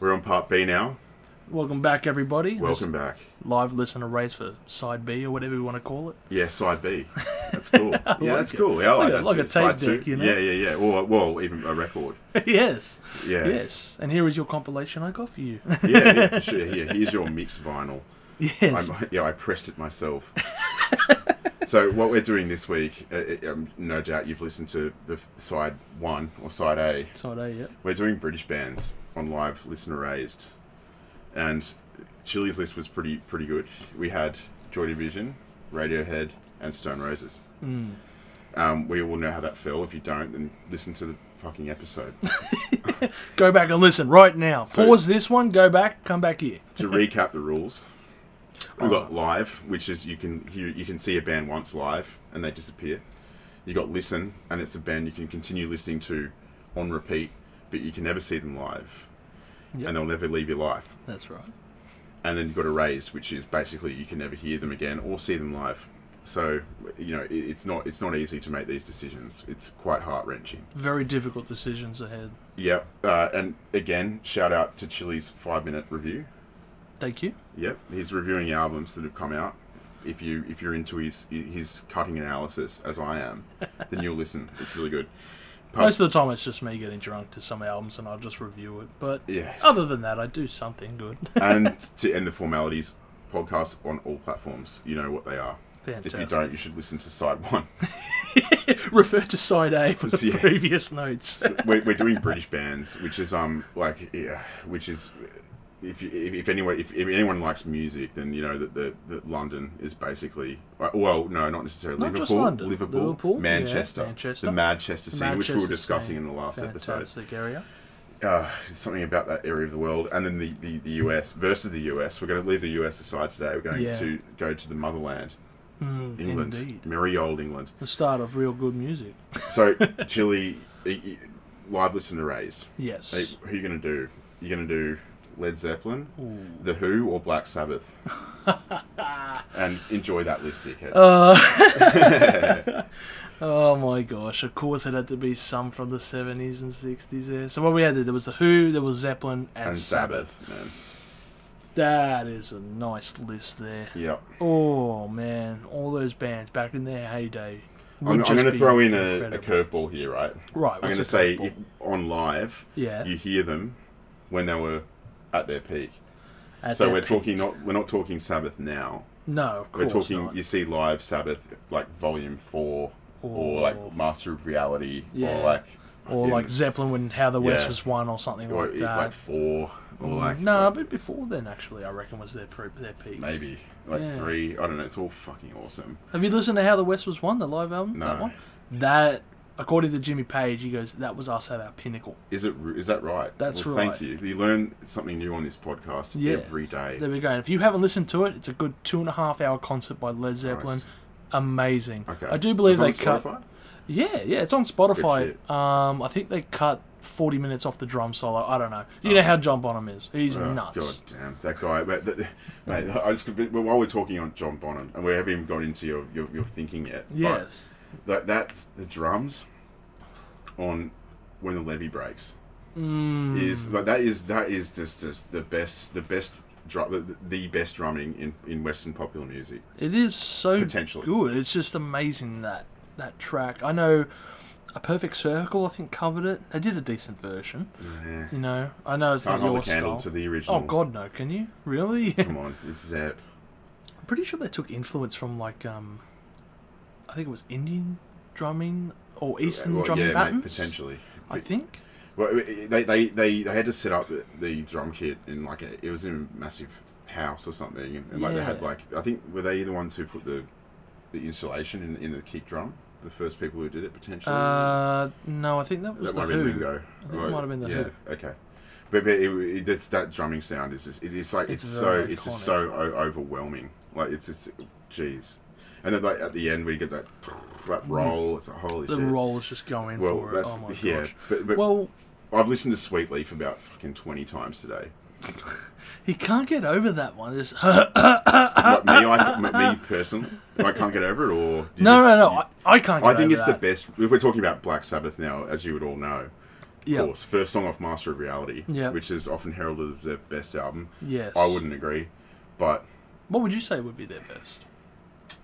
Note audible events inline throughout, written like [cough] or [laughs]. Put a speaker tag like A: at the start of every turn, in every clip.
A: Part B now.
B: Welcome back, everybody. This
A: Welcome back.
B: live listener race for side B or whatever we want to call it. [laughs]
A: Yeah, side B. That's cool. yeah, that's cool. Yeah, I
B: like
A: like,
B: a-
A: that
B: like
A: too.
B: a tape
A: side
B: deck,
A: two.
B: you know?
A: Yeah, yeah, yeah. Or well, even a record.
B: yes.
A: Yeah.
B: Yes. And here is your compilation I got for you.
A: [laughs]
B: [laughs]
A: yeah, yeah, for sure. Yeah, here's your mix vinyl.
B: yes.
A: I'm, yeah, I pressed it
B: [laughs]
A: myself. so what we're doing this week, uh, it- um, no doubt you've listened to the f- side one or side A.
B: Side A, yep.
A: We're doing British bands on live listener raised, and Chili's list was pretty pretty good. We had Joy Division, Radiohead, and Stone Roses.
B: Mm.
A: Um, we all know how that fell. If you don't, then listen to the fucking episode.
B: Go back and listen right now.
A: So-
B: Pause this one, go back, come back here.
A: to recap the rules, we got live, which is you can you, you can see a band once live and they disappear. You got listen, and it's a band you can continue listening to on repeat, but you can never see them live,
B: Yep.
A: and they'll never leave your life.
B: That's right.
A: And then you've got erased, which is basically you can never hear them again or see them live. So you know it, it's not it's not easy to make these decisions. It's quite heart wrenching.
B: Very difficult decisions ahead.
A: Yep. Uh, and again, shout out to Chili's five minute review.
B: Thank you.
A: Yep, he's reviewing albums that have come out. If you if you're into his his cutting analysis as I am, then you'll listen. It's really good. Pub-
B: Most of the time, it's just me getting drunk to some albums and I'll just review it. But
A: yeah,
B: other than that, I do something good.
A: [laughs] and to end the formalities, podcasts on all platforms. You know what they are.
B: Fantastic.
A: If you don't, you should listen to side one.
B: Refer to side A for the
A: [laughs] Yeah.
B: previous notes.
A: So [laughs] we're, we're doing British bands, which is um like yeah, which is if you, if, if anyone if, if anyone likes music, then you know that the that London is basically uh, well no not necessarily
B: Not
A: Liverpool,
B: just London.
A: Liverpool,
B: Liverpool, yeah,
A: Manchester,
B: Manchester.
A: the Manchester scene, which we were
B: Manchester
A: discussing
B: scene.
A: in the last episode.
B: Fantastic area.
A: Uh, something about that area of the world, and then the, the, the US versus the US. We're going to leave the US aside today. We're going
B: Yeah.
A: to go to the motherland,
B: Mm,
A: England,
B: Indeed.
A: merry old England.
B: The start of real good music. [laughs]
A: So Chile, e- e- live listener raised.
B: Yes.
A: Hey, who you gonna do? You gonna do Led Zeppelin,
B: Ooh.
A: The Who, or Black
B: [laughs]
A: Sabbath? and enjoy that list, dickhead.
B: Oh, Uh, oh my gosh! Of course, it had to be some from the seventies and sixties. There. So what we had there, there was the Who, there was Zeppelin, and,
A: and
B: Sabbath.
A: Sabbath, man.
B: That is a nice list there.
A: Yep.
B: Oh man, all those bands back in their heyday. would
A: I'm, I'm
B: just
A: gonna
B: be
A: throw in a, a
B: incredible.
A: curveball here, right?
B: Right.
A: I'm
B: what's
A: gonna
B: the
A: say
B: curveball?
A: if, on live,
B: yeah.
A: you hear them when they were at their peak.
B: at
A: so
B: their
A: we're
B: peak.
A: talking not we're not talking Sabbath now.
B: No, of
A: We're
B: course
A: talking
B: not.
A: you see live Sabbath like Volume Four or like Master of Reality
B: Yeah.
A: or like
B: or
A: fucking-
B: like Zeppelin when How the West
A: Yeah.
B: was won or something
A: or
B: like
A: like,
B: that.
A: four or like
B: no, but before then actually, I reckon was their pre- their peak.
A: maybe like
B: Yeah.
A: three. I don't know. It's all fucking awesome.
B: Have you listened to How the West Was Won, the live album? That
A: No.
B: one? That, according to Jimmy Page, he goes, that was us at our pinnacle.
A: Is it? r- Is that right?
B: That's
A: well,
B: right.
A: Thank you. You learn something new on this podcast
B: Yeah.
A: every day.
B: There we go. And if you haven't listened to it, it's a good two and a half hour concert by Led Zeppelin.
A: Christ.
B: Amazing.
A: Okay.
B: I do believe they
A: It's on
B: cut.
A: Spotify?
B: Yeah, yeah, it's on Spotify. Um, I think they cut 40 minutes off the drum solo. I don't know. You know how John Bonham is. He's
A: Oh,
B: nuts.
A: God damn that guy! But
B: [laughs]
A: th- th- Mate, I just could be, well, while we're talking on John Bonham, and we haven't even got into your your, your thinking yet. but
B: Yes.
A: that that the drums on when the levy breaks
B: Mm,
A: is like that is that is just just the best the best drum the, the best drumming in in Western popular music.
B: It is so
A: Potentially.
B: good. It's just amazing that that track. I know a perfect circle. I think covered it. They did a decent version.
A: Yeah.
B: You know, I know it's
A: Can't
B: not
A: hold
B: your
A: a candle
B: style.
A: to the original.
B: Oh God, no! Can you
A: [laughs]
B: really? I'm
A: Come on, it's uh, Zep.
B: pretty sure they took influence from like um, I think it was Indian drumming or Eastern
A: Well,
B: drumming
A: yeah,
B: patterns.
A: mate, potentially.
B: I think.
A: Well, they, they, they, they had to set up the drum kit in like a, it was in a massive house or something, and, like they had
B: Yeah.
A: like I think were they the ones who put the the insulation in, in the kick drum? The first people who did it potentially.
B: Uh, no, I think that was
A: that
B: the
A: might have been
B: Who.
A: Ringo.
B: I think it might have been The
A: yeah, Okay. But, but it, it, it's that drumming sound is just, it is like
B: It's
A: it's, so
B: very
A: it's just so
B: iconic.
A: o- overwhelming. Like it's it's jeez. And then like at the end we get that that roll. It's like holy
B: Mm. The
A: shit.
B: roll's just going
A: well,
B: for it.
A: that's
B: Oh my
A: yeah.
B: gosh.
A: But, but
B: Well,
A: I've listened to Sweet Leaf about fucking twenty times today.
B: he can't get over that one. [laughs] There's
A: Like, me, I, m- me personally, I can't get over it. Or you
B: no,
A: just-
B: no, no.
A: you-
B: I, I can't. Get
A: I think
B: over
A: it's
B: that.
A: the best. If we're talking about Black Sabbath now, as you would all know,
B: Yep.
A: course. First song off Master of Reality,
B: Yep.
A: which is often heralded as their best album.
B: Yes.
A: I wouldn't agree, but
B: What would you say would be their best?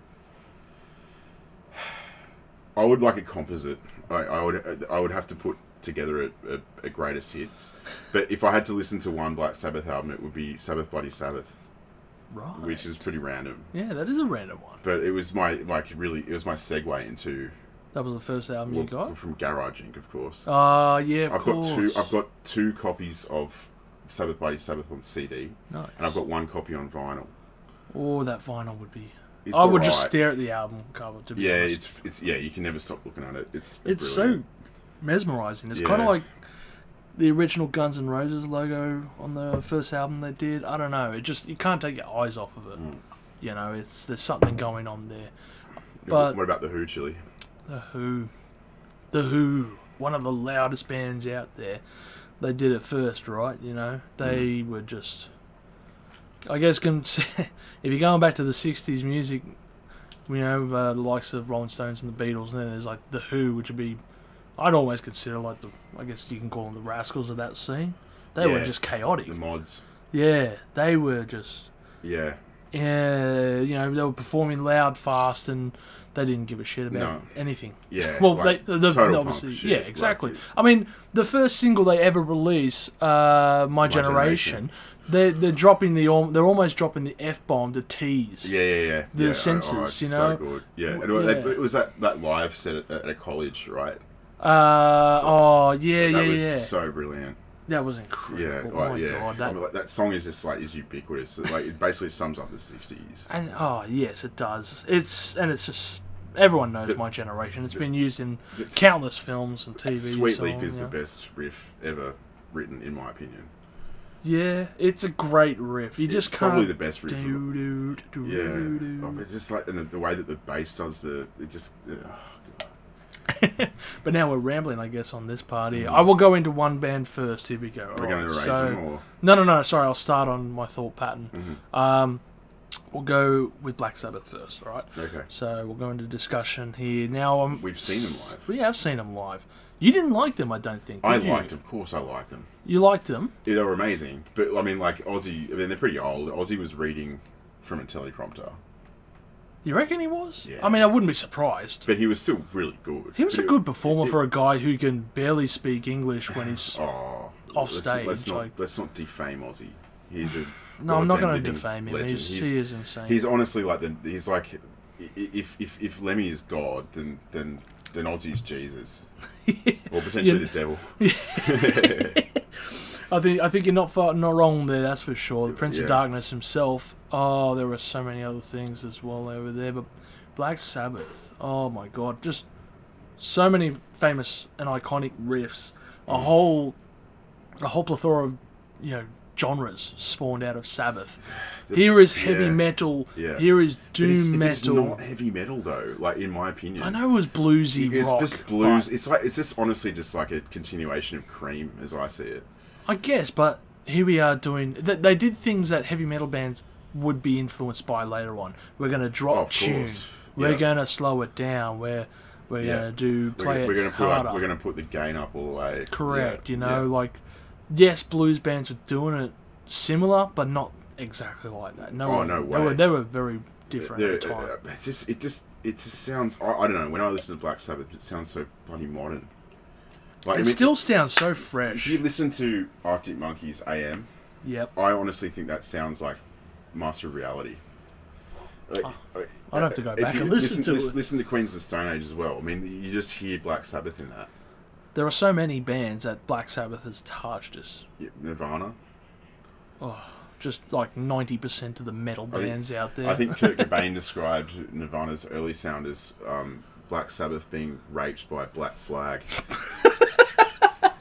A: I would like a composite. I, I would I would have to put together a, a, a greatest hits. But if I had to listen to one Black Sabbath album, it would be Sabbath Bloody Sabbath,
B: Right.
A: which is pretty random.
B: yeah, that is a random one.
A: But it was my like really it was my segue into
B: That was the first album you
A: well,
B: got.
A: from Garage Inc. Of course,
B: Ah, yeah, of
A: I've
B: course.
A: got two. I've got two copies of Sabbath Bloody Sabbath on CD,
B: nice.
A: and I've got one copy on vinyl.
B: Oh, that vinyl would be.
A: It's
B: I would just
A: alright.
B: stare at the album cover. To be
A: Yeah,
B: honest.
A: it's it's yeah. You can never stop looking at it. It's
B: it's
A: brilliant.
B: so mesmerizing. It's
A: Yeah.
B: kind of like the original Guns N' Roses logo on the first album they did. I don't know. It just you can't take your eyes off of it.
A: Mm.
B: You know, it's there's something going on there.
A: Yeah,
B: but-
A: what about the Who Chili?
B: The Who, the Who, one of the loudest bands out there. They did it first, right? You know, they were just. I guess can [laughs] if you're going back to the '60s music, you know uh, the likes of Rolling Stones and the Beatles, and then there's like the Who, which would be, I'd always consider like the, I guess you can call them the Rascals of that scene. They were
A: Yeah.
B: just chaotic.
A: The Mods.
B: Yeah, they were just
A: Yeah,
B: yeah, you know, they were performing loud, fast, and they didn't give a shit about
A: No.
B: anything.
A: yeah.
B: [laughs] Well,
A: like,
B: they, the, the-
A: total
B: obviously,
A: punk shit,
B: yeah,
A: like,
B: exactly.
A: it-
B: I mean, the first single they ever release, uh, "My,
A: Generation.
B: Generation,", they're they're dropping the al- they're almost dropping the f bomb to tease.
A: yeah, yeah, yeah.
B: The
A: yeah,
B: senses,
A: it's
B: you
A: so
B: know?
A: good. Yeah, and
B: W-
A: it-
B: yeah.
A: it was that that live set at, at a college, right?
B: Uh, oh yeah,
A: that
B: yeah,
A: was
B: yeah.
A: so brilliant.
B: that was
A: Yeah,
B: incredible. Oh
A: like,
B: my
A: yeah.
B: god,
A: I
B: that
A: mean, like, that song is just like is ubiquitous. It, like it basically sums up the '60s.
B: and oh yes, it does. It's and it's just everyone knows
A: The-
B: my generation. It's been used in
A: It's-
B: countless films and TV.
A: Sweet Leaf
B: songs,
A: is
B: yeah.
A: the best riff ever written, in my opinion.
B: Yeah, it's a great riff. You
A: It's
B: just can't.
A: probably the best riff. of-
B: Doo, doo, doo,
A: Yeah,
B: doo, doo.
A: Oh, but just like and the, the way that the bass does the, it just uh,
B: But now we're rambling, I guess, on this part here. I will go into one band first. Here we go.
A: Mm. we're going
B: Alright,
A: to raise
B: Oh, so-
A: them or
B: no, no, no. Sorry, I'll start on my thought pattern.
A: Mhm.
B: Um, we'll go with Black Sabbath first. All right.
A: okay.
B: So we'll go into discussion here. Now I'm.
A: We've seen them live.
B: We have seen them live. You didn't like them, I don't think.
A: I
B: did you?
A: liked, of course, I liked them.
B: You liked them.
A: Yeah, they were amazing, but I mean, like Ozzy. I mean, they're pretty old. Ozzy was reading from a teleprompter,
B: You reckon he was?
A: Yeah.
B: I mean, I wouldn't be surprised.
A: but he was still really good.
B: He was a
A: But
B: good performer
A: it-
B: for a guy who can barely speak English
A: [laughs]
B: when he's.
A: Oh,
B: Off
A: let's,
B: stage,
A: Let's not
B: like-
A: let's not defame Ozzy. He's a
B: No, I'm
A: goddamn
B: not going to
A: living
B: defame him.
A: legend.
B: He's, he is insane.
A: He's honestly like the he's like i- if if if Lemmy is God, then then then Ozzy's
B: [laughs]
A: Jesus, or potentially the
B: Yeah.
A: devil. [laughs]
B: I think I think you're not far, not wrong there. That's for sure. The Prince of
A: Yeah.
B: Darkness himself. Oh, there were so many other things as well over there. But Black Sabbath. Oh my God, just so many famous and iconic riffs. A
A: Mm.
B: whole, a whole plethora of you know genres spawned out of Sabbath.
A: The-
B: Here is heavy
A: yeah.
B: metal.
A: Yeah.
B: Here is
A: But
B: doom
A: it's- but It's
B: metal.
A: not heavy metal though. Like in my opinion,
B: I know it was bluesy
A: It's
B: rock.
A: just blues.
B: but-
A: It's like it's just honestly just like a continuation of Cream, as I see it.
B: I guess, but here we are doing. Th- they did things that heavy metal bands would be influenced by later on. We're going to
A: Oh,
B: drop
A: of
B: tune.
A: course.
B: We're
A: Yeah.
B: going to slow it down. We're we're
A: Yeah.
B: going to do
A: We're,
B: play
A: gonna- we're
B: it
A: gonna put
B: harder.
A: up, we're gonna put the gain up all the way.
B: Correct.
A: Yeah,
B: You know, like yes, blues bands were doing it similar, but not exactly like that. No,
A: Oh,
B: one-
A: no
B: They were,
A: way.
B: they were very
A: yeah.
B: different
A: The-
B: at the time.
A: uh, it's just it just it just sounds. I, I don't know. When I listen to Black Sabbath, it sounds so bloody modern. Like I
B: it
A: mean,
B: still sounds so
A: If
B: fresh.
A: you listen to Arctic Monkeys AM,
B: Yep.
A: I honestly think that sounds like Master of Reality. Like,
B: Ah, I'd have to go
A: if
B: back
A: you
B: and listen to
A: listen,
B: it.
A: Listen to Queens of the Stone Age as well. I mean, you just hear Black Sabbath in that.
B: There are so many bands that Black Sabbath has touched us.
A: Yeah, Nirvana.
B: Just like ninety percent of the metal
A: I think-
B: bands out there.
A: I think Kurt Cobain described Nirvana's early sound as um, Black Sabbath being raped by Black Flag.
B: [laughs] Like,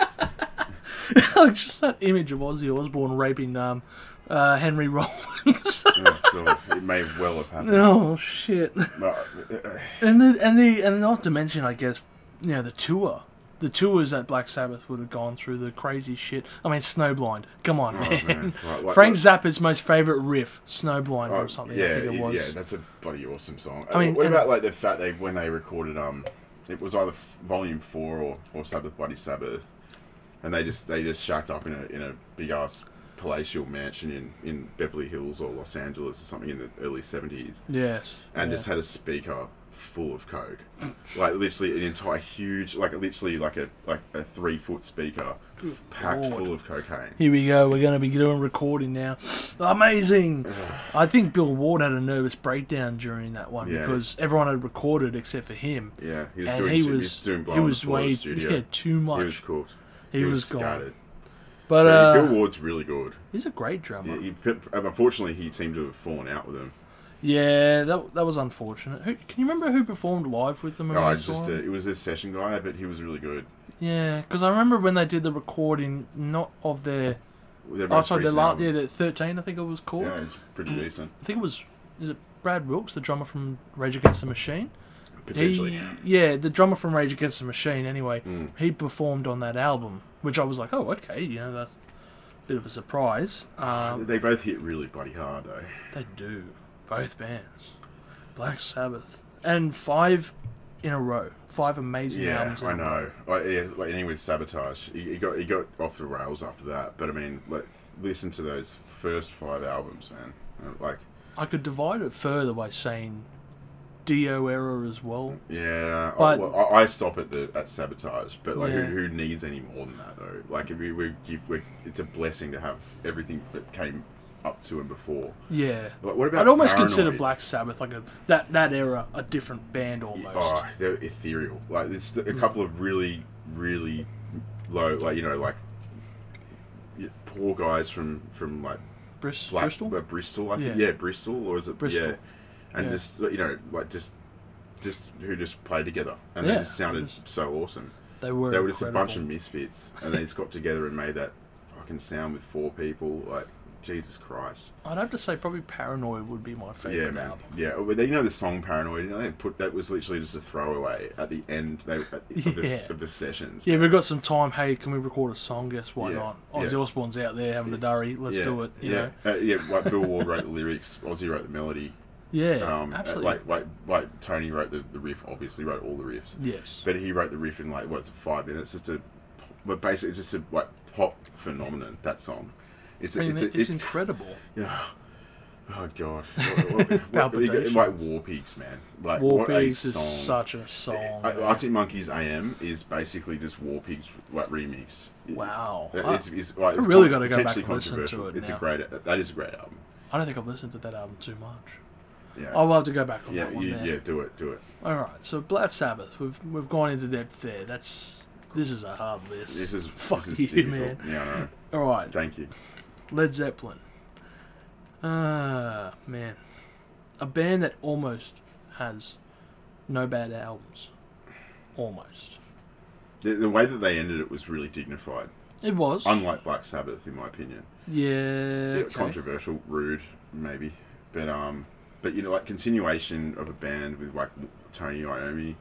B: Oh, just that image of Ozzy Osbourne raping um, uh, Henry Rollins. [laughs]
A: oh, God. It may well have happened.
B: oh shit!
A: But, uh,
B: And the and the and not to mention, I guess, you know, the tour, the tours that Black Sabbath would have gone through, the crazy shit. I mean, Snowblind. Come on,
A: Oh,
B: man. [laughs]
A: man. Like- like-
B: Frank Zappa's most favorite riff, Snowblind
A: Oh,
B: or something.
A: Yeah,
B: I think it was.
A: yeah, that's a bloody awesome song.
B: I mean,
A: what
B: and-
A: about like the fact they when they recorded um, it was either f- Volume Four or, or Sabbath Bloody Sabbath, and they just they just shacked up in a in a big ass palatial mansion in in Beverly Hills or Los Angeles or something in the early seventies,
B: Yes.
A: and
B: yeah.
A: just had a speaker full of coke, like literally an entire huge like literally like a like a three foot speaker packed
B: Lord.
A: full of cocaine.
B: Here we go. We're going to be doing recording now. Amazing. I think Bill Ward had a nervous breakdown during that one
A: Yeah.
B: because everyone had recorded except for him,
A: Yeah, he was
B: and
A: doing
B: he
A: too-
B: was
A: was doing
B: he
A: blow on the
B: was
A: floor of
B: way
A: the studio.
B: yeah too much.
A: He was cooked.
B: He was gone.
A: scattered.
B: but
A: Yeah,
B: uh,
A: Bill Ward's really good.
B: he's a great drummer.
A: Yeah,
B: Yeah,
A: he, unfortunately, he seemed to have fallen out with him.
B: that that was unfortunate. Who can you remember who performed live with them? when
A: Oh, I
B: we saw
A: just uh,
B: them?
A: it was this session guy, but he was really good.
B: Yeah, because I remember when they did the recording, not of their
A: Their
B: oh
A: most
B: sorry, their
A: recent
B: last
A: album.
B: yeah, Mm. their thirteen I think it was called.
A: Yeah, it's pretty decent.
B: I think it was is it Brad Wilkes, the drummer from Rage Against the Machine.
A: Potentially.
B: He, yeah, the drummer from Rage Against the Machine. Anyway,
A: Mm.
B: he performed on that album, which I was like, oh okay, you know that's a bit of a surprise. Um,
A: they both hit really bloody hard though.
B: they do both bands, Black Sabbath, and five in a row, five amazing
A: Yeah,
B: albums. in
A: I
B: a row.
A: know. Like, yeah, like, and he was sabotage. He, he got he got off the rails after that. But I mean, like, listen to those first five albums, man. Uh, Like,
B: I could divide it further by saying Dio era as well.
A: yeah, I-
B: But-
A: well, I, I stop at the at sabotage. But like,
B: Yeah.
A: who, who needs any more than that though? Like, if we, we give, we it's a blessing to have everything that came up to and before.
B: Yeah.
A: Like, what about?
B: I'd almost consider
A: Paranoid?
B: Black Sabbath like a that that era a different band almost. Hmm.
A: Oh, they're ethereal. Like there's a couple of really, really low, like you know, like y- poor guys from from like
B: Bris-
A: Black,
B: Bristol.
A: uh, Bristol, I think.
B: Yeah.
A: Yeah, Bristol, or is it
B: Bristol.
A: Yeah, and
B: Yeah.
A: just you know, like just just who just played together, and
B: Yeah,
A: they just sounded
B: just-
A: so awesome.
B: They were.
A: They were just a bunch of
B: incredible.
A: misfits, and they just got together and made that fucking sound with four people. Like Jesus Christ.
B: I'd have to say probably Paranoid would be my favorite
A: Yeah, man.
B: album.
A: Yeah, well, they- you know the song "Paranoid." You know, they put that was literally just a throwaway at the end they, at the,
B: [laughs]
A: of,
B: Yeah.
A: the, of the sessions.
B: Yeah, we've got some time. Hey, can we record a song? Guess why
A: Yeah,
B: not?
A: yeah.
B: Ozzy Osbourne's out there having a durry. Let's
A: yeah,
B: do it. You
A: yeah,
B: know.
A: Uh, yeah. Like Bill Ward wrote the lyrics. Ozzy wrote the melody.
B: Yeah.
A: Um, uh,
B: absolutely.
A: Like like like Tony wrote the, the riff. Obviously wrote all the riffs,
B: yes.
A: but he wrote the riff in like what's it, five minutes. Just a, but basically it's just a like pop phenomenon. That song. It's
B: I
A: a,
B: mean,
A: it's,
B: it's,
A: a, it's,
B: incredible.
A: yeah. Oh god, What- what- what-
B: Palpitations.
A: like War Pigs, man. Like
B: War
A: what a
B: Pigs is
A: song.
B: such a song.
A: I,
B: man.
A: Arctic Monkeys AM is basically just War Pigs like remixed.
B: wow.
A: It-
B: I,
A: It's, it's, like, it's
B: really
A: quite-
B: gotta go back
A: potentially
B: and listen to
A: controversial.
B: it
A: It's
B: now.
A: a great. That is a great album.
B: I don't think I've listened to that album too much.
A: Yeah.
B: I'll have to go back on
A: yeah.
B: that one.
A: You,
B: there.
A: yeah. Do it. Do it.
B: All right, so Black Sabbath. We've we've gone into depth there. That's this is a hard list.
A: This is
B: fuck
A: this
B: you,
A: is difficult.
B: man.
A: Yeah. I know.
B: All right,
A: Thank you.
B: Led Zeppelin. Ah, man, a band that almost has no bad albums. Almost.
A: The, the way that they ended it was really dignified,
B: It was.
A: unlike Black Sabbath, in my opinion.
B: yeah.
A: Yeah,
B: Okay.
A: Controversial, rude, maybe, but um, but you know, like continuation of a band with like Tony Iommi.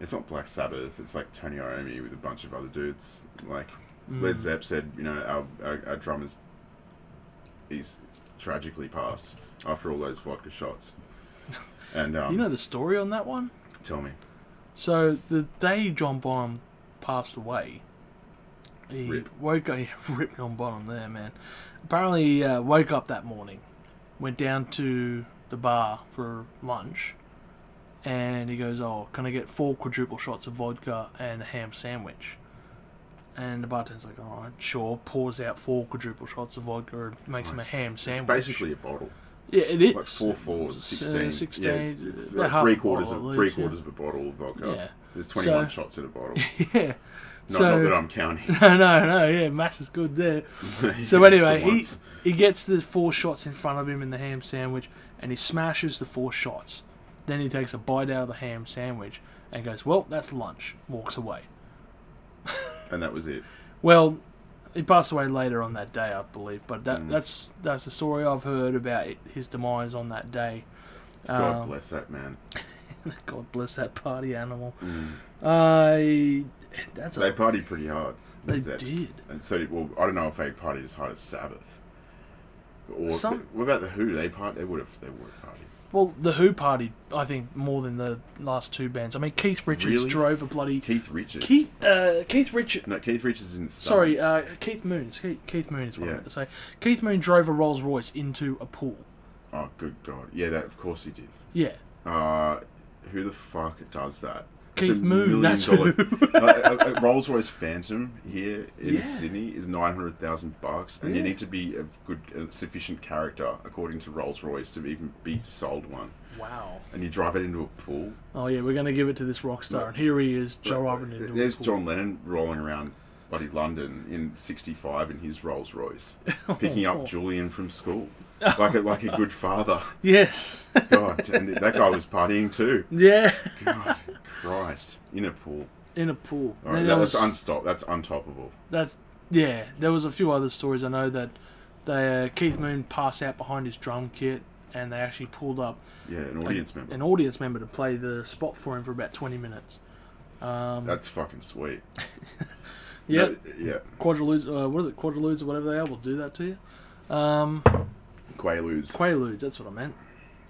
A: It's not Black Sabbath. It's like Tony Iommi with a bunch of other dudes. Like
B: Mm.
A: Led Zepp said, you know, our, our, our drummer's he's tragically passed after all those vodka
B: [laughs]
A: shots. And um,
B: You know the story on that one.
A: tell me,
B: So the day John Bonham passed away, he
A: Rip.
B: woke up. [laughs] Yeah, ripped John Bonham there, man. Apparently, he uh, woke up that morning, went down to the bar for lunch, and he goes, "Oh, can I get four quadruple shots of vodka and a ham sandwich?" And the bartender's like, "All right, sure." Pours out four quadruple shots of vodka and makes him a
A: Nice.
B: ham sandwich.
A: basically a bottle,
B: yeah, it is.
A: like four fours,
B: So,
A: sixteen, yeah, it's,
B: 16,
A: it's
B: about
A: like
B: half
A: three
B: a
A: quarters
B: bottle
A: of
B: at
A: three
B: least, yeah.
A: quarters of a bottle of vodka.
B: Yeah.
A: There's twenty-one
B: So-
A: shots in a bottle.
B: [laughs] yeah.
A: Not,
B: So-
A: not that I'm
B: [laughs]
A: counting. [laughs]
B: No, no, no. Yeah, Mass is good there. So
A: For
B: anyway, he
A: once.
B: he gets the four shots in front of him in the ham sandwich, and he smashes the four shots. Then he takes a bite out of the ham sandwich and goes, "Well, that's lunch." Walks away.
A: and that was it.
B: Well, he passed away later on that day, I believe. But that
A: Mm.
B: that's that's the story I've heard about it, his demise on that day.
A: God
B: Um,
A: bless that man.
B: [laughs] God bless that party animal.
A: Mm.
B: I that's
A: They
B: a,
A: partied pretty hard.
B: They
A: Led Zepps.
B: did.
A: And so, well, I don't know if they partied as hard as Sabbath. Or
B: Some-
A: what about the Who? They part. They would have. They would have partied.
B: Well, the Who party, I think, more than the last two bands. I mean, Keith Richards
A: Really?
B: drove a bloody
A: Keith Richards.
B: Keith uh, Keith Richards.
A: no, Keith Richards didn't start.
B: Sorry, uh, Keith Moon. Keith, Keith Moon is what I
A: Yeah.
B: meant to say. Keith Moon drove a Rolls Royce into a pool.
A: oh, good God. Yeah, that of course he did.
B: Yeah,
A: Uh, who the fuck does that? It's a
B: Keith Moon.
A: million
B: That's
A: dollar-
B: [laughs] who.
A: a, a uh, Rolls Royce Phantom here in
B: Yeah.
A: Sydney is nine hundred thousand bucks, and you
B: Yeah.
A: need to be a good, a sufficient character according to Rolls Royce to even be sold one.
B: wow.
A: And you drive it into a pool.
B: Oh yeah, we're gonna give it to this rock star, and here he is, Joe
A: Like,
B: Robin. into a
A: uh, There's
B: pool.
A: John Lennon rolling around bloody London in '65 in his Rolls
B: [laughs]
A: Royce,
B: Oh,
A: picking up Julian from school, like a, like a good father.
B: Yes. [laughs]
A: God, and that guy was partying too.
B: yeah.
A: God, Christ, in a pool.
B: In a pool.
A: All right,
B: Now,
A: that
B: there
A: was
B: was-
A: unstop. That's untoppable.
B: That's yeah. There was a few other stories I know that they, uh, Keith Moon passed out behind his drum kit, and they actually pulled up
A: Yeah, an
B: a-
A: audience member.
B: an audience member to play the spot for him for about twenty minutes. Um,
A: That's fucking sweet.
B: yeah,
A: No, yeah.
B: quadriludes. Uh, what is it? Quadriludes or whatever they are will do that to you. Um,
A: Quaaludes.
B: quaaludes. That's what I meant.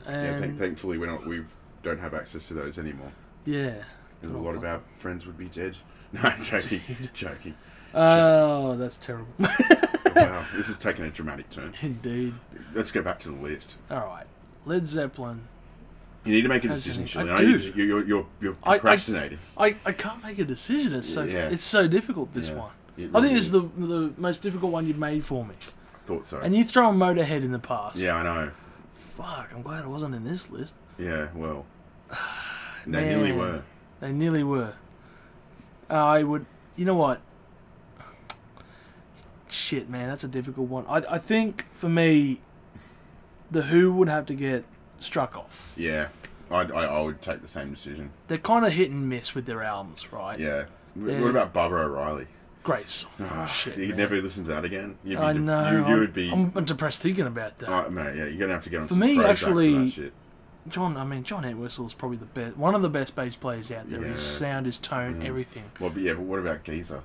A: yeah,
B: And
A: thank, thankfully we don't we don't have access to those anymore.
B: yeah.
A: And a
B: Oh,
A: lot of
B: fuck.
A: our friends would be dead. [laughs] No, I'm joking, [laughs] joking.
B: Oh, that's terrible. [laughs]
A: Wow, this is taking a dramatic turn.
B: Indeed.
A: Let's go back to the list.
B: All right. Led Zeppelin.
A: You need to make a
B: Has
A: decision,
B: any-
A: Shelley.
B: I
A: know you-
B: do.
A: you- You're, you're, you're
B: I- I-
A: procrastinating.
B: I, I can't make a decision. It's so
A: Yeah.
B: it's so difficult. This
A: Yeah.
B: one.
A: It
B: I
A: really
B: think this is the the most difficult one you've made for me.
A: thought so.
B: And you throw a Motorhead in the past.
A: yeah, I know.
B: Fuck. I'm glad it wasn't in this list.
A: Yeah, well, [sighs] they nearly
B: Man.
A: were.
B: They nearly were. Uh, I would. You know what? Shit, man, that's a difficult one. I I think for me, the Who would have to get struck off.
A: Yeah, I, I, I would take the same decision.
B: They're kind of hit and miss with their albums, right?
A: Yeah. W-
B: Yeah.
A: What about Barbara O'Reilly?
B: Great song.
A: Ah, [laughs]
B: shit,
A: you'd
B: man.
A: never listen to that again. You'd be
B: I
A: de-
B: know.
A: You, you
B: I'm-
A: would be.
B: I'm, I'm depressed thinking about that.
A: Oh, mate, yeah, you're gonna have to get on
B: For
A: some
B: me,
A: Prozac for
B: actually,
A: that shit.
B: John, I mean, John Entwistle is probably the best, one of the best bass players out there.
A: Yeah.
B: His sound, his tone, everything.
A: Well, but yeah, but what about Geezer?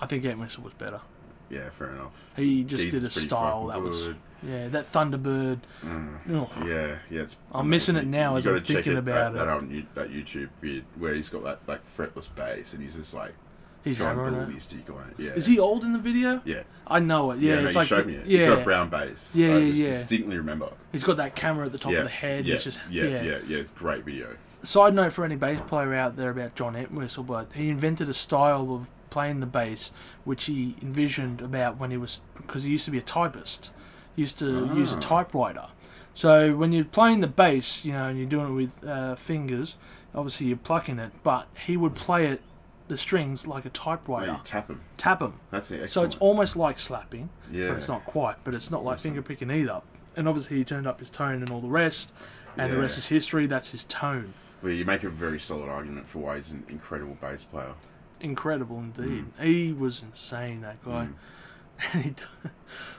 B: I think Entwistle was better.
A: Yeah, fair enough.
B: He just did a
A: Geezer's pretty
B: style
A: fucking
B: that was,
A: good. Mm.
B: yeah, that Thunderbird. Ugh.
A: Yeah, yeah. It's
B: I'm missing it now
A: You
B: as I'm
A: gotta check
B: thinking
A: it,
B: about
A: that, That,
B: it.
A: on you- that YouTube vid where he's got that like fretless bass and he's just like
B: He's
A: trying to
B: hammering
A: build
B: it.
A: his stick on it. Yeah.
B: Is he old in the video?
A: Yeah.
B: I know it. Yeah,
A: no,
B: it's
A: you
B: like
A: showed me it.
B: yeah,
A: He's got a brown bass.
B: Yeah,
A: I
B: yeah,
A: just
B: yeah.
A: distinctly remember.
B: he's got that camera at the top
A: yeah,
B: of the head.
A: Yeah,
B: it's just,
A: yeah, yeah, yeah, It's a great video.
B: Side note for any bass player out there about John Entwistle, but he invented a style of playing the bass which he envisioned about when he was because he used to be a typist, he used to use a
A: Ah.
B: typewriter. So when you're playing the bass, you know, and you're doing it with uh, fingers, obviously you're plucking it, but he would play it the strings like a
A: Mate,
B: typewriter,
A: tap him.
B: tap them.
A: That's it.
B: So
A: Excellent.
B: it's almost like slapping,
A: Yeah.
B: but it's not quite. But it's not like finger picking either. And obviously he turned up his tone and all the rest, and the
A: Yeah.
B: rest is history. That's his tone.
A: Well, you make a very solid argument for why he's an incredible bass player.
B: Incredible indeed.
A: Mm.
B: He was insane, that guy. And [laughs] he d-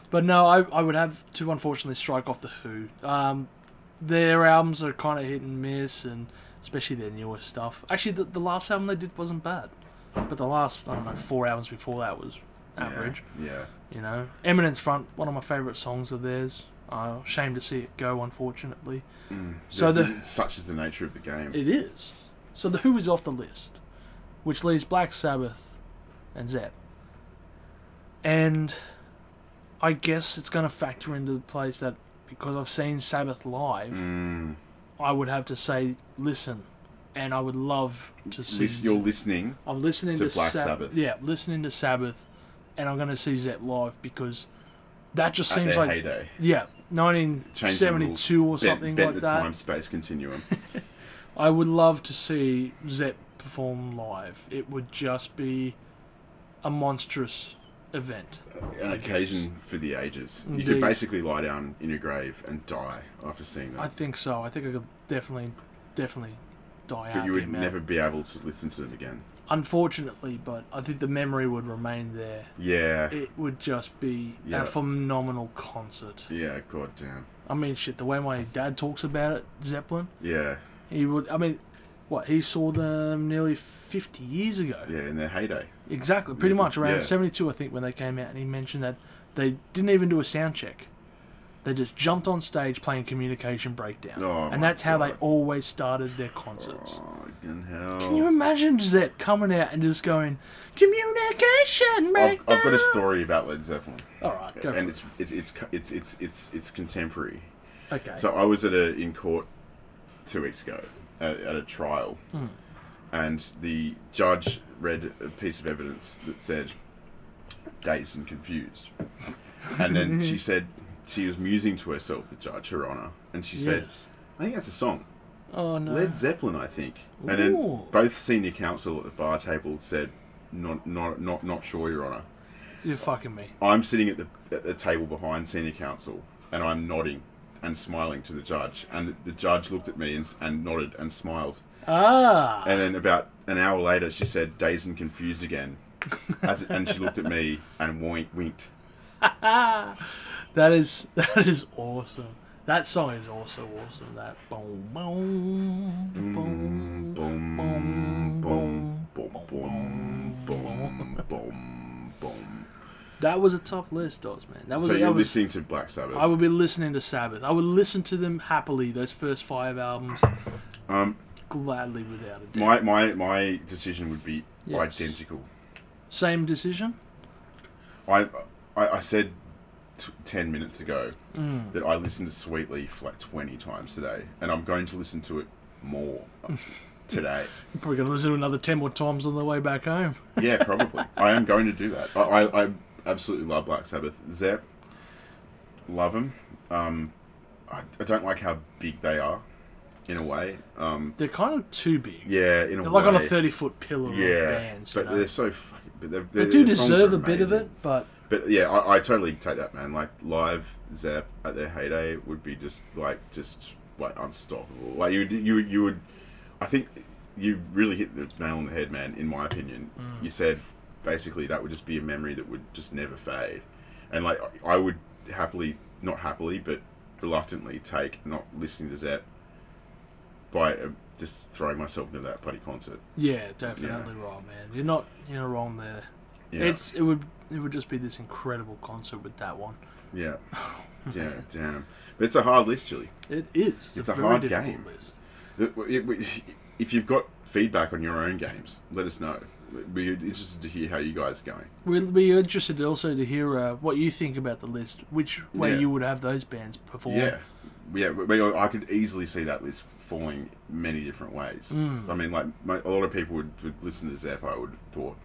B: but no, I, I would have to unfortunately strike off the Who. Um, their albums are kind of hit and miss, and especially their newer stuff. Actually, the, the last album they did wasn't bad, but the last I don't know four albums before that was
A: Yeah,
B: average.
A: Yeah.
B: You know, Eminence Front, one of my favourite songs of theirs. Uh, shame to see it go, unfortunately. So
A: This
B: the-
A: is- such is the nature of the game.
B: It is. So the Who is off the list, which leaves Black Sabbath and Zep. And I guess it's going to factor into the place that because I've seen Sabbath live,
A: Mm.
B: I would have to say, listen. And I would love to see.
A: Lis- you're listening.
B: I'm listening
A: to
B: to,
A: Black
B: Sab-
A: Sabbath.
B: Yeah, listening to Sabbath, and I'm going to see Zep live because that just
A: at
B: seems
A: their
B: like
A: heyday.
B: Yeah,
A: Change
B: 1972 or
A: bent,
B: something
A: bent
B: like
A: the
B: that.
A: time space continuum.
B: I would love to see Zepp perform live. It would just be a monstrous event.
A: An occasion for the ages. You
B: Indeed.
A: could basically lie down in your grave and die after seeing that.
B: I think so. I think I could definitely, definitely die out.
A: but you would
B: here, man.
A: never be able to listen to them again.
B: Unfortunately, but I think the memory would remain there.
A: Yeah.
B: It would just be
A: Yeah.
B: a phenomenal concert.
A: yeah, god damn.
B: I mean, shit, the way my dad talks about it, Zeppelin,
A: Yeah.
B: he would. I mean, what, he saw them nearly 50 years ago.
A: Yeah, in their heyday.
B: Exactly, pretty
A: Yeah,
B: much around
A: yeah.
B: seventy two, I think, when they came out, and he mentioned that they didn't even do a sound check. They just jumped on stage playing Communication Breakdown,
A: Oh,
B: and
A: my
B: that's how they
A: God. Oh.
B: always started their concerts.
A: Fucking hell.
B: Can you imagine Zep coming out and just going Communication
A: I've,
B: Breakdown?
A: I've got a story about Led Zeppelin,
B: All right, go for
A: and
B: it.
A: it's it's it's cu- it's it's it's, it's contemporary.
B: Okay.
A: So I was at a in court two weeks ago at, at a trial,
B: Hmm.
A: and the judge read a piece of evidence that said dazed and confused, and
B: [laughs]
A: then she said she was musing to herself, the judge, her honor, and she said,
B: Yes.
A: "I think that's a song,
B: "Oh no."
A: Led Zeppelin, I think." And then
B: Ooh.
A: both senior counsel at the bar table said, "Not not not not sure, your honor."
B: You're fucking me.
A: I'm sitting at the, at the table behind senior counsel, and I'm nodding and smiling to the judge. And the, the judge looked at me and, s- and nodded and smiled.
B: Ah.
A: And then about an hour later, she said, "Dazed and confused again," As, and she looked at me and wink, winked.
B: That is [laughs] that is awesome. That song is also awesome. That boom boom boom.
A: Boom, boom, boom, boom, boom, boom, boom, boom.
B: That was a tough list, Dodds man. That was
A: So
B: that
A: you're
B: was.
A: listening to Black Sabbath.
B: I would be listening to Sabbath. I would listen to them happily. Those first five albums,
A: Um,
B: gladly without a doubt.
A: my my my decision would be
B: Yes.
A: identical.
B: Same decision.
A: I I, I said t- ten minutes ago
B: Mm.
A: that I listened to Sweetleaf like twenty times today, and I'm going to listen to it
B: [laughs]
A: more today.
B: I'm probably gonna listen to another ten more times on the way back home.
A: Yeah, probably. I am going to do that. I, I, I absolutely love Black Sabbath. Zepp, love them. Um, I, I don't like how big they are, in a way. Um,
B: They're kind of too big.
A: yeah, in a
B: They're
A: way.
B: like on a thirty-foot pillar
A: yeah,
B: of bands. You
A: but
B: know?
A: they're so. fucking- But they're,
B: They
A: they're-
B: do
A: their songs are
B: deserve a bit of
A: amazing.
B: it, but
A: But yeah, I, I totally take that, man. Like live Zap at their heyday would be just like just like unstoppable. Like you would- you you would, I think you really hit the nail on the head, man. In my opinion, you said basically that would just be a memory that would just never fade, and like I- I would happily, not happily, but reluctantly take not listening to Zap by uh, just throwing myself into that bloody concert.
B: yeah, definitely wrong, man. You're not you're not wrong there.
A: Yeah,
B: It's it would it would just be this incredible concert with that one.
A: yeah, yeah, damn. But it's a hard list, really.
B: It is.
A: It's a hard game.
B: list.
A: It- it- it- If you've got feedback on your own games, let us know. We'd be interested to hear how you guys are going.
B: We'll be interested also to hear uh, what you think about the list, which way
A: Yeah.
B: you would have those bands perform.
A: Yeah, yeah. but- but I could easily see that list falling many different ways.
B: Mm.
A: I mean, like mo- a lot of people would, would listen to Zap. I would have thought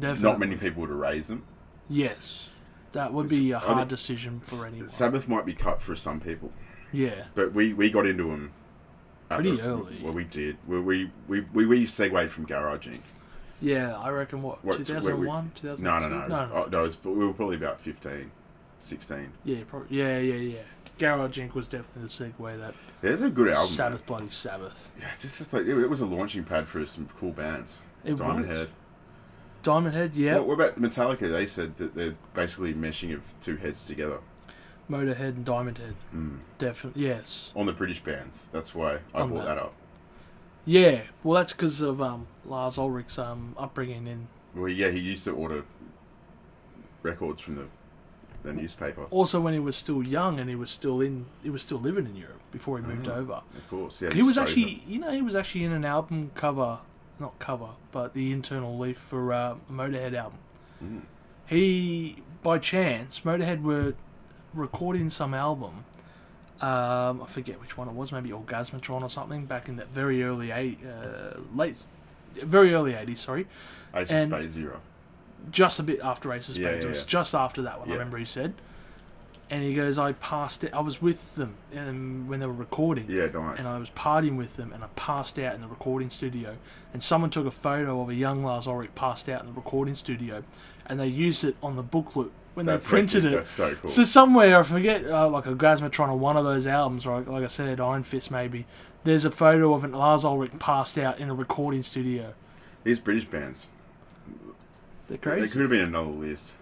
B: Definitely.
A: not many people would erase them.
B: Yes, that would be a
A: I
B: hard
A: think-
B: decision for anyone.
A: Sabbath might be cut for some people,
B: yeah,
A: but we we got into them at
B: Pretty early.
A: Well, we did. We we we we, we segued from garaging.
B: yeah. I reckon what,
A: What-
B: 2001,
A: No,
B: 2002.
A: no, no,
B: no,
A: Oh, no it was, we were probably about 15, 16.
B: Yeah, probably, yeah, yeah, yeah. Garage Inc was definitely the segue that
A: There's a good album. man.
B: Sabbath, bloody Sabbath.
A: Yeah, it's just, it's like it, it was a launching pad for some cool bands.
B: It
A: Diamond
B: was.
A: Head.
B: Diamond Head, yeah.
A: What, what about Metallica? They said that they're basically meshing of two heads together
B: Motorhead and Diamond Head.
A: Hmm.
B: Definitely, yes.
A: on the British bands. That's why I
B: On
A: brought
B: that.
A: that up.
B: Yeah, well, that's because of um, Lars Ulrich's um, upbringing in.
A: Well, yeah, he used to order records from the the newspaper.
B: Also, when he was still young and he was still in, he was still living in Europe before he moved over.
A: Of course, yeah.
B: He was
A: exposure.
B: actually, you know, he was actually in an album cover, not cover, but the internal leaf for uh, a Motorhead album. He, by chance, Motorhead were recording some album. Um, I forget which one it was, maybe Orgasmatron or something, back in that very early eight, uh, late, very early '80s. Sorry,
A: Ace of
B: and-
A: Spades era.
B: just a bit after Aces
A: Yeah,
B: Spades.
A: yeah,
B: it was
A: yeah.
B: just after that one.
A: Yeah.
B: I remember he said, and he goes, "I passed it. I was with them um, when they were recording,
A: Yeah, nice.
B: and I was partying with them, and I passed out in the recording studio. And someone took a photo of a young Lars Ulrich passed out in the recording studio, and they used it on the booklet when
A: That's
B: they printed
A: wicked.
B: it.
A: That's so cool.
B: So somewhere, I forget, uh, like a Gasmatron or one of those albums, or like I said, Iron Fist maybe. There's a photo of an Lars Ulrich passed out in a recording studio.
A: These British bands.
B: They're
A: They- They
B: crazy.
A: could have been another list.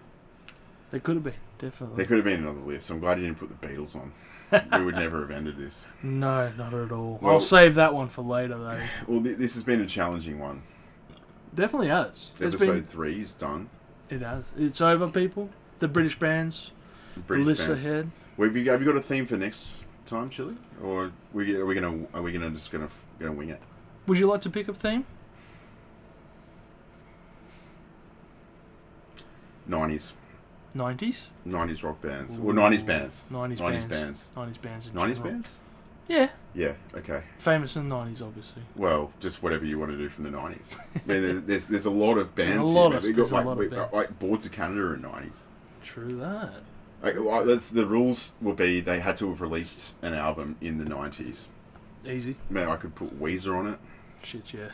B: They could have been definitely.
A: They could have been another list. I'm glad you didn't put the Beatles
B: [laughs]
A: on. we would never have ended this.
B: No, not at all.
A: Well-
B: I'll save that one for later, though.
A: Well, th- this has been a challenging one.
B: Definitely has. It's
A: Episode
B: been,
A: three is done.
B: it has. It's over, people. The British bands. the
A: British
B: list
A: bands.
B: ahead.
A: Have you, have you got a theme for next time, Chili, or we, are we gonna are we gonna just gonna gonna wing it?
B: Would you like to pick up theme?
A: Nineties,
B: Nineties.
A: nineties rock bands, or nineties bands,
B: Nineties
A: nineties bands,
B: bands. Nineties bands. in
A: nineties
B: general.
A: bands.
B: Yeah,
A: Yeah. Okay.
B: famous in the nineties, obviously.
A: Well, just whatever you want to do from the nineties. there's, there's there's a
B: [laughs]
A: lot of bands.
B: lot
A: here,
B: of-
A: mate. We
B: there's a
A: like,
B: lot of
A: we-
B: bands.
A: like Boards of Canada in nineties.
B: True that.
A: Like, well, that's, the rules will be they had to have released an album in the nineties.
B: Easy.
A: Man, I could put Weezer on it.
B: Shit, yeah.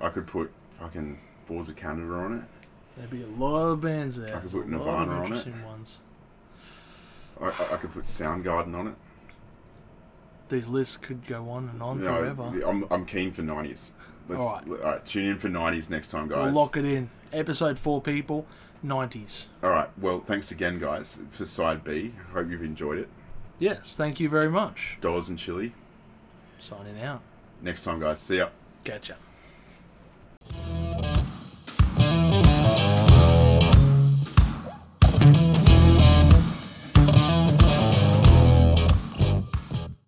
A: I could put fucking Boards of Canada on it.
B: There'd be a lot of bands there.
A: I could
B: There's
A: put
B: a lot
A: Nirvana
B: of
A: on it.
B: interesting ones.
A: I, I, I could put Soundgarden on it.
B: These lists could go on and on
A: No,
B: forever.
A: I'm, I'm keen for 90s. Let's, all
B: Alright.
A: right. tune in for 90s next time,
B: We'll
A: guys.
B: lock it in. Episode four, people. Nineties.
A: all right, well, thanks again, guys, for side B. Hope you've enjoyed it.
B: Yes, thank you very much.
A: Dollars and chili.
B: Signing out.
A: Next time, guys. See ya.
B: Gotcha.